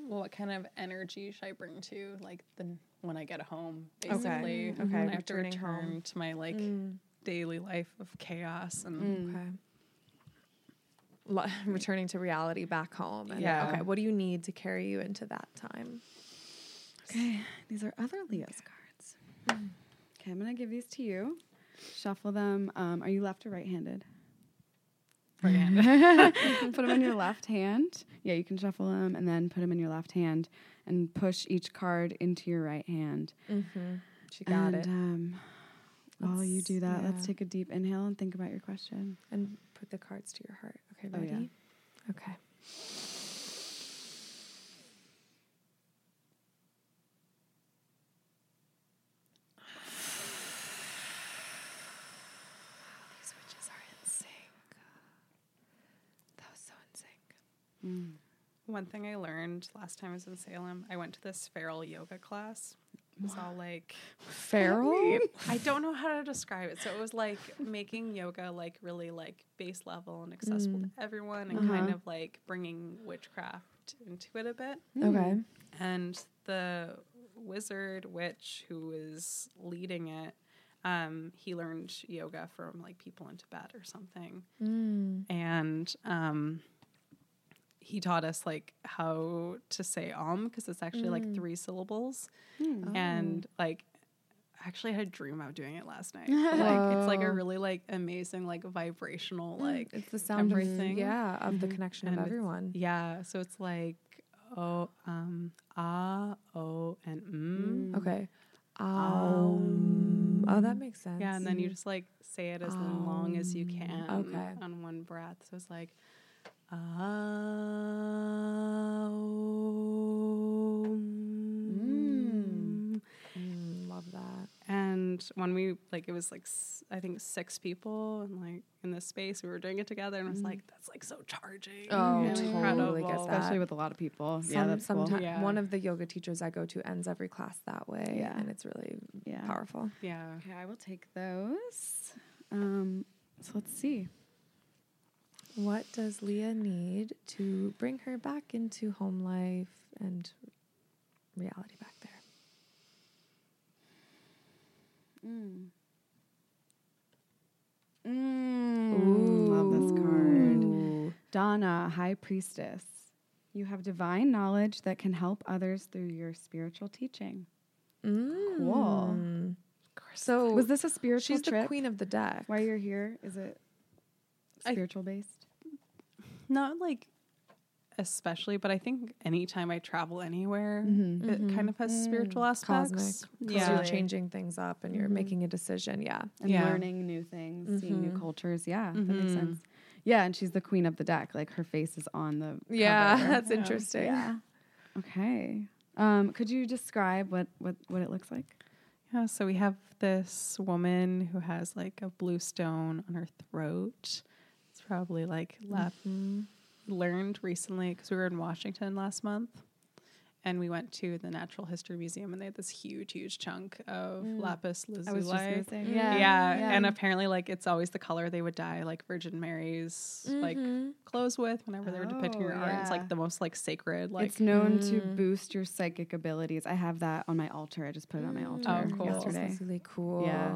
what kind of energy should I bring to like the when I get home basically
Okay,
when I have to
returning
return
home. Mm.
to my like daily life of chaos
Mm.
and
Okay. Lo- returning to reality back home. and-
Yeah.
Okay. What do you need to carry you into that time?
Okay, these are other Leo's cards. Okay, I'm gonna give these to you. Shuffle them. Um, are you left or right-handed?
Right-handed.
put them in your left hand. Yeah, you can shuffle them and then put them in your left hand and push each card into your right hand.
She got
and,
it.
Mm-hmm. Um, while you
Let's-
do that, let's
yeah.
take a deep inhale and think about your question.
And put the cards to your heart. Okay,
Oh,
ready?
yeah.
Okay. These witches are in sync. That was so in sync.
One thing I learned last time I was in Salem, I went to this feral yoga class. It was all like
Feral?
I don't know how to describe it. So it was like making yoga like really like base level and accessible
Mm.
to everyone,
Uh-huh.
and kind of like bringing witchcraft into it a bit.
Okay.
And the wizard witch who was leading it, um, he learned yoga from like people in Tibet or something,
Hmm.
and um, he taught us like "um"
Hmm.
Hmm.
how to say om because it's actually like three syllables, and like actually had a dream of doing it last night. like it's like a really like amazing like vibrational like
It's the sound of-
everything.
yeah, of the connection
And
of
it's-
everyone.
Yeah, so it's like oh um ah oh and mm.
Okay. Um, oh, that makes sense.
Yeah, and then you just like say it as long as you can
Um, okay.
on one breath. So it's like um, ah oh mm.
Mm, love that.
And when we like, it was like s- I think six people, and like in this space, we were doing it together, and I was
Mm.
like, "That's like so charging."
Oh, totally
and
get
incredible."
that.
especially with a lot of people. yeah,
Some-
that's cool.
sometime-
Yeah.
One of the yoga teachers I go to ends every class that way,
Yeah.
and it's really
Yeah.
powerful.
Yeah.
Okay, I will take those. Um, so let's see.
What does Leah need to bring her back into home life and reality back there?
Mm. Love this card. Donna, High Priestess. You have divine knowledge that can help others through your spiritual teaching. Cool.
Mm. So
Was this a spiritual
she's
trip?
the queen of the deck.
Why you're here? Is it
I-
spiritual based?
Not like especially, but I think anytime I travel anywhere, it kind of has spiritual
Mm-hmm. Cosmic.
aspects.
'cause
Yeah.
You're changing things up and you're
Mm-hmm.
making a decision. Yeah.
And
Yeah.
learning new things, seeing new cultures. Yeah, that makes sense. Yeah, and she's the queen of the deck. Like her face is on the
Yeah,
cover.
that's interesting.
Yeah. Okay. Um, could you describe what, what, what it looks like?
Yeah, so we have this woman who has like a blue stone on her throat. It's probably like left
Mm-hmm.
learned recently because we were in Washington last month and we went to the Natural History Museum and they had this huge, huge chunk of lapis lazuli.
Mm. I was just gonna say,
Yeah.
yeah,
and apparently, like it's always the color they would dye, like Virgin Mary's, like clothes with whenever they were depicting
Mm-hmm. Oh,
her art. It's
yeah.
like the most like sacred, like
it's known to
Mm.
boost your psychic abilities. I have that on my altar. I just put it on my altar
Mm. Oh,
cool.
yesterday.
That's really cool.
Mm. Oh, Yeah.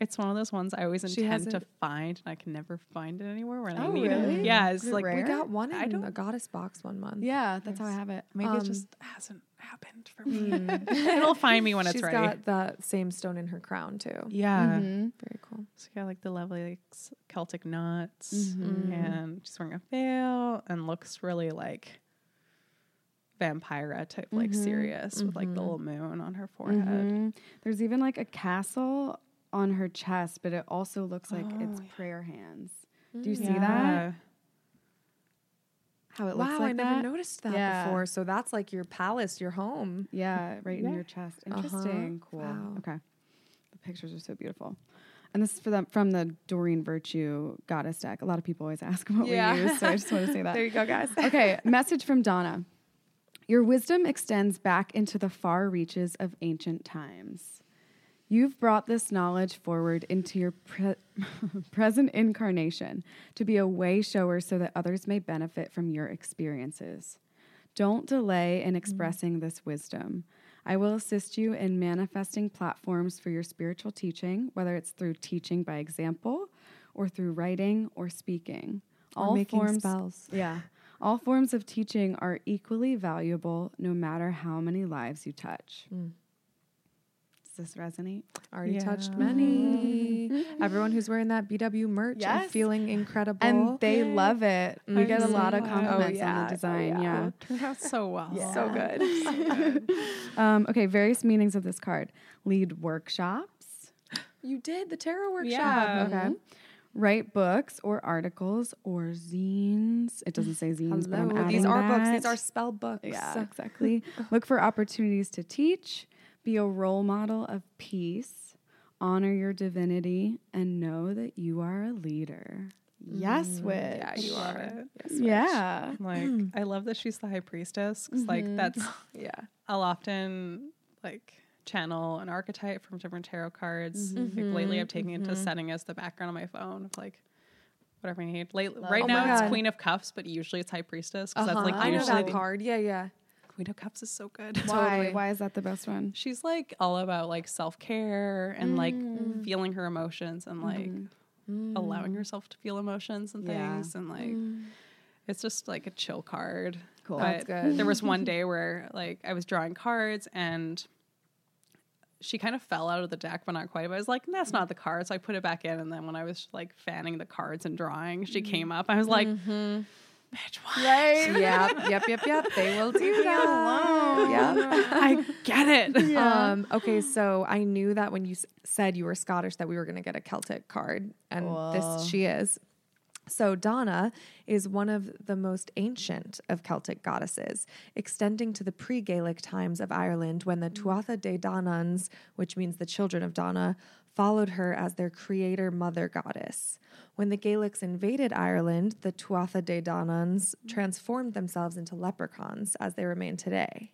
It's one of those ones I always
She
intend to
hasn't-
find, and I can never find it anywhere when I
Oh,
need
really?
it. Yeah, it's
Is it
like
rare?
We got one
I
in
don't-
a goddess box one month.
Yeah, that's how I have it.
maybe
Um, hmm.
it just hasn't happened for me. It'll find me when
She's
it's ready.
got Mm-hmm. that same stone in her crown too.
yeah,
Mm-hmm.
Very cool.
she's got like the lovely like, s- Celtic knots,
Mm-hmm. Mm.
and she's wearing a veil and looks really like vampire type, like
Mm-hmm.
serious with like the little moon on her forehead.
Mhm. There's even like a castle on her chest, but it also looks like
Oh,
it's prayer hands. Do you
Mm.
see that?
Yeah.
How it looks
Wow,
like
I never
that?
noticed that
Yeah.
before. So that's like your palace, your home.
Yeah, right in your chest. Interesting. Cool.
Uh-huh. Wow.
Okay. The pictures are so beautiful. And this is for them from the Doreen Virtue Goddess deck. A lot of people always ask what
Yeah.
we use, so I just want to say that.
There you go, guys.
okay, message from Donna. Your wisdom extends back into the far reaches of ancient times. You've brought this knowledge forward into your pre- present incarnation to be a way shower so that others may benefit from your experiences. Don't delay
Mm-hmm.
in expressing this wisdom. I will assist you in manifesting platforms for your spiritual teaching, whether it's through teaching by example or through writing or speaking.
Or making spells.
Yeah. All forms of teaching are equally valuable no matter how many lives you touch.
Mm.
Does this resonate?
Already
Yeah.
touched many. Everyone who's wearing that BW merch are
Yes.
feeling incredible.
And they love it. We get a
I'm
lot of
so glad. Oh,
compliments on
Mm-hmm. yeah.
the design.
Oh, yeah.
yeah.
Turned out so well.
so good.
Um, okay, various meanings of this card. Lead workshops.
you did the tarot workshop.
Yeah.
Mm-hmm.
Okay. Write books or articles or zines. It doesn't say
Mm-hmm.
zines, but I'm
Hello.
adding
These are books.
that.
These are spell books.
Yeah, exactly. Look for opportunities to teach, be a role model of peace, honor your divinity, and know that you are a leader. Mm, Yes, which.
Yeah, you are.
Yeah.
Like I love that she's the high priestess. 'cause,
Mm-hmm.
Like that's
Yeah.
I'll often like channel an archetype from different tarot cards.
Mm-hmm.
Like lately, I've taken it to setting as the background on my phone. of, Like whatever I need. Late, right
Oh my
now,
God.
it's Queen of Cups, but usually it's high priestess because that's like
uh-huh. I know
usually
that
the-
card. Yeah, yeah.
Queen of Cups is so good.
Why?
Totally.
Why is that the best one?
She's like all about like self care and like
Mm.
feeling her emotions and like
Mm-hmm.
allowing herself to feel emotions and
Yeah.
things and like
Mm.
it's just like a chill card.
Cool.
But
That's
good.
there was one day where like I was drawing cards and she kind of fell out of the deck, but not quite. But I was like, that's not the card. So I put it back in. And then when I was like fanning the cards and drawing, she came up. I was like, bitch, what?
Right.
yep, yep, yep, yep. They will do that. Yep.
I get it.
Um, okay, so I knew that when you s- said you were Scottish, that we were going to get a Celtic card, and this she is. So Donna is one of the most ancient of Celtic goddesses, extending to the pre-Gaelic times of Ireland when the Tuatha De Danans, which means the children of Donna, followed her as their creator mother goddess. When the Gaelics invaded Ireland, the Tuatha De Danans transformed themselves into leprechauns as they remain today.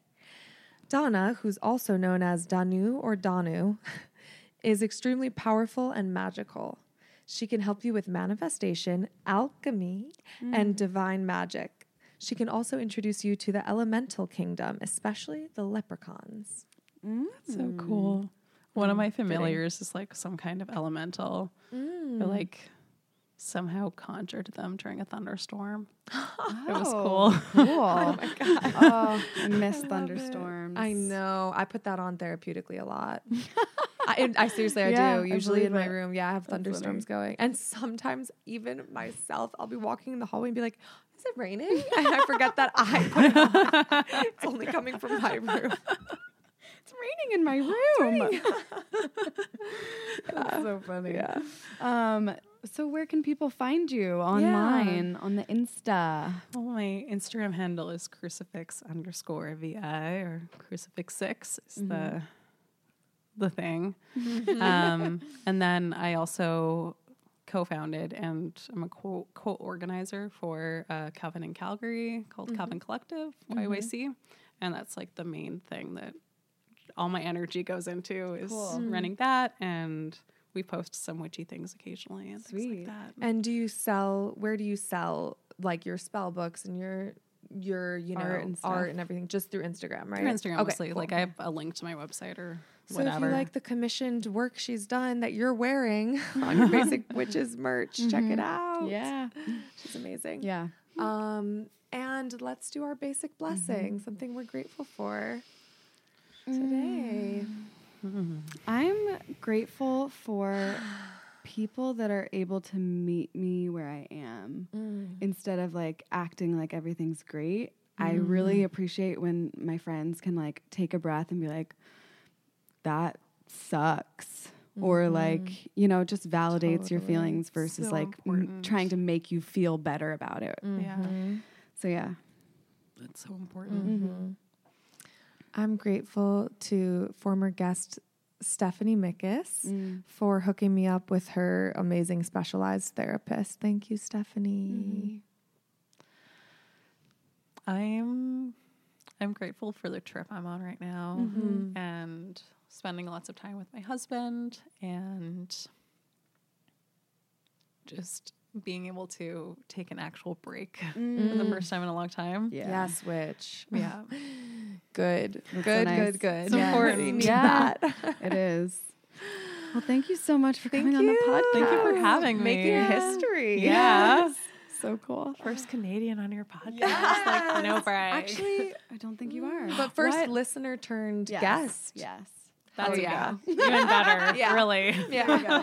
Donna, who's also known as Danu or Danu, is extremely powerful and magical. She can help you with manifestation, alchemy, and divine magic. She can also introduce you to the elemental kingdom, especially the leprechauns.
so cool. One of my familiars is like some kind of elemental. Or like somehow conjured them during a thunderstorm. It was cool.
Oh, Cool. oh my god. Oh, I miss thunderstorms.
I know. I put that on therapeutically a lot. I, I seriously, I
Yeah, I
do. Usually in
believe
my
it.
room, yeah, I have thunderstorms going, and sometimes even myself, I'll be walking in the hallway and be like, "Is it raining?" and I forget that I put it on. it's only coming from my room.
It's raining in my room. That's so funny.
Yeah.
Um, so where can people find you online on the Insta?
Well, my Instagram handle is crucifix underscore vi or crucifix six is the the thing. um, and then I also co-founded and I'm a co- co-organizer for uh, Calvin in Calgary called Calvin Collective YYC, and that's like the main thing that all my energy goes into is running that and. We post some witchy things occasionally and
Sweet.
things like that.
And do you sell? Where do you sell like your spell books and your your you know
Art
art
and
and,
stuff.
everything? Just through Instagram, right?
Through Instagram mostly.
cool.
Like I have a link to my website or
So
whatever.
if you like the commissioned work she's done that you're wearing on your basic witches merch, check it out.
Yeah.
she's amazing.
Oh, Yeah.
Um, and let's do our basic blessing, something we're grateful for today.
I'm grateful for people that are able to meet me where I am instead of like acting like everything's great. I really appreciate when my friends can like take a breath and be like, that sucks. Or like, you know, just validates your feelings versus
So
like m-
important.
trying to make you feel better about it.
yeah.
So yeah.
That's so important.
Mm-hmm. I'm grateful to former guest Stephanie Mickus for hooking me up with her amazing specialized therapist. Thank you, Stephanie.
I'm I'm grateful for the trip I'm on right now
Mm-hmm. Mm.
and spending lots of time with my husband and just being able to take an actual break for
Mm.
the first time in a long time.
Yeah.
Yes, which
Yeah.
good, good,
so nice.
good, good.
It's important.
we need
Yeah.
that.
it is. Well, thank you so much for coming on the
you.
podcast.
Thank you for having
Making
me.
history.
Yeah.
so cool.
First Canadian on your podcast. Like no brag.
Actually,
I don't think you are.
mm, but first
What?
listener turned
Yes.
guest.
Yes.
That's
Oh,
yeah.
yeah.
Even better.
Yeah.
Really.
Yeah.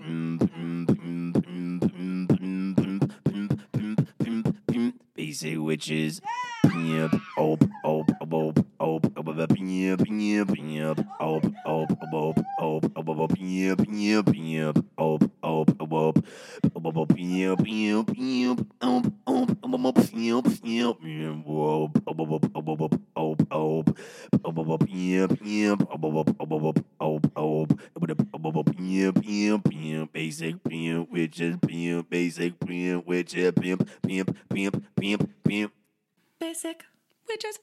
Basic witches. Yep, op, op, op, op, op, op, op, op, yep, yep, yep, op, op, op, op, op, op, op, op, yep, yep, yep, op, op, op, op, op, op, op, yep, yep, yep, op, op, op, op, op, yep, yep, yep, op, op, op, op, op, op, op, op, op, op, op, yep, yep, op, op, op, op, op, op, op, op, op, op, op, op, yep, yep, yep, basic, yep, witches, yep, basic, yep, witches, yep, yep, yep, yep, yep.
Basic witches.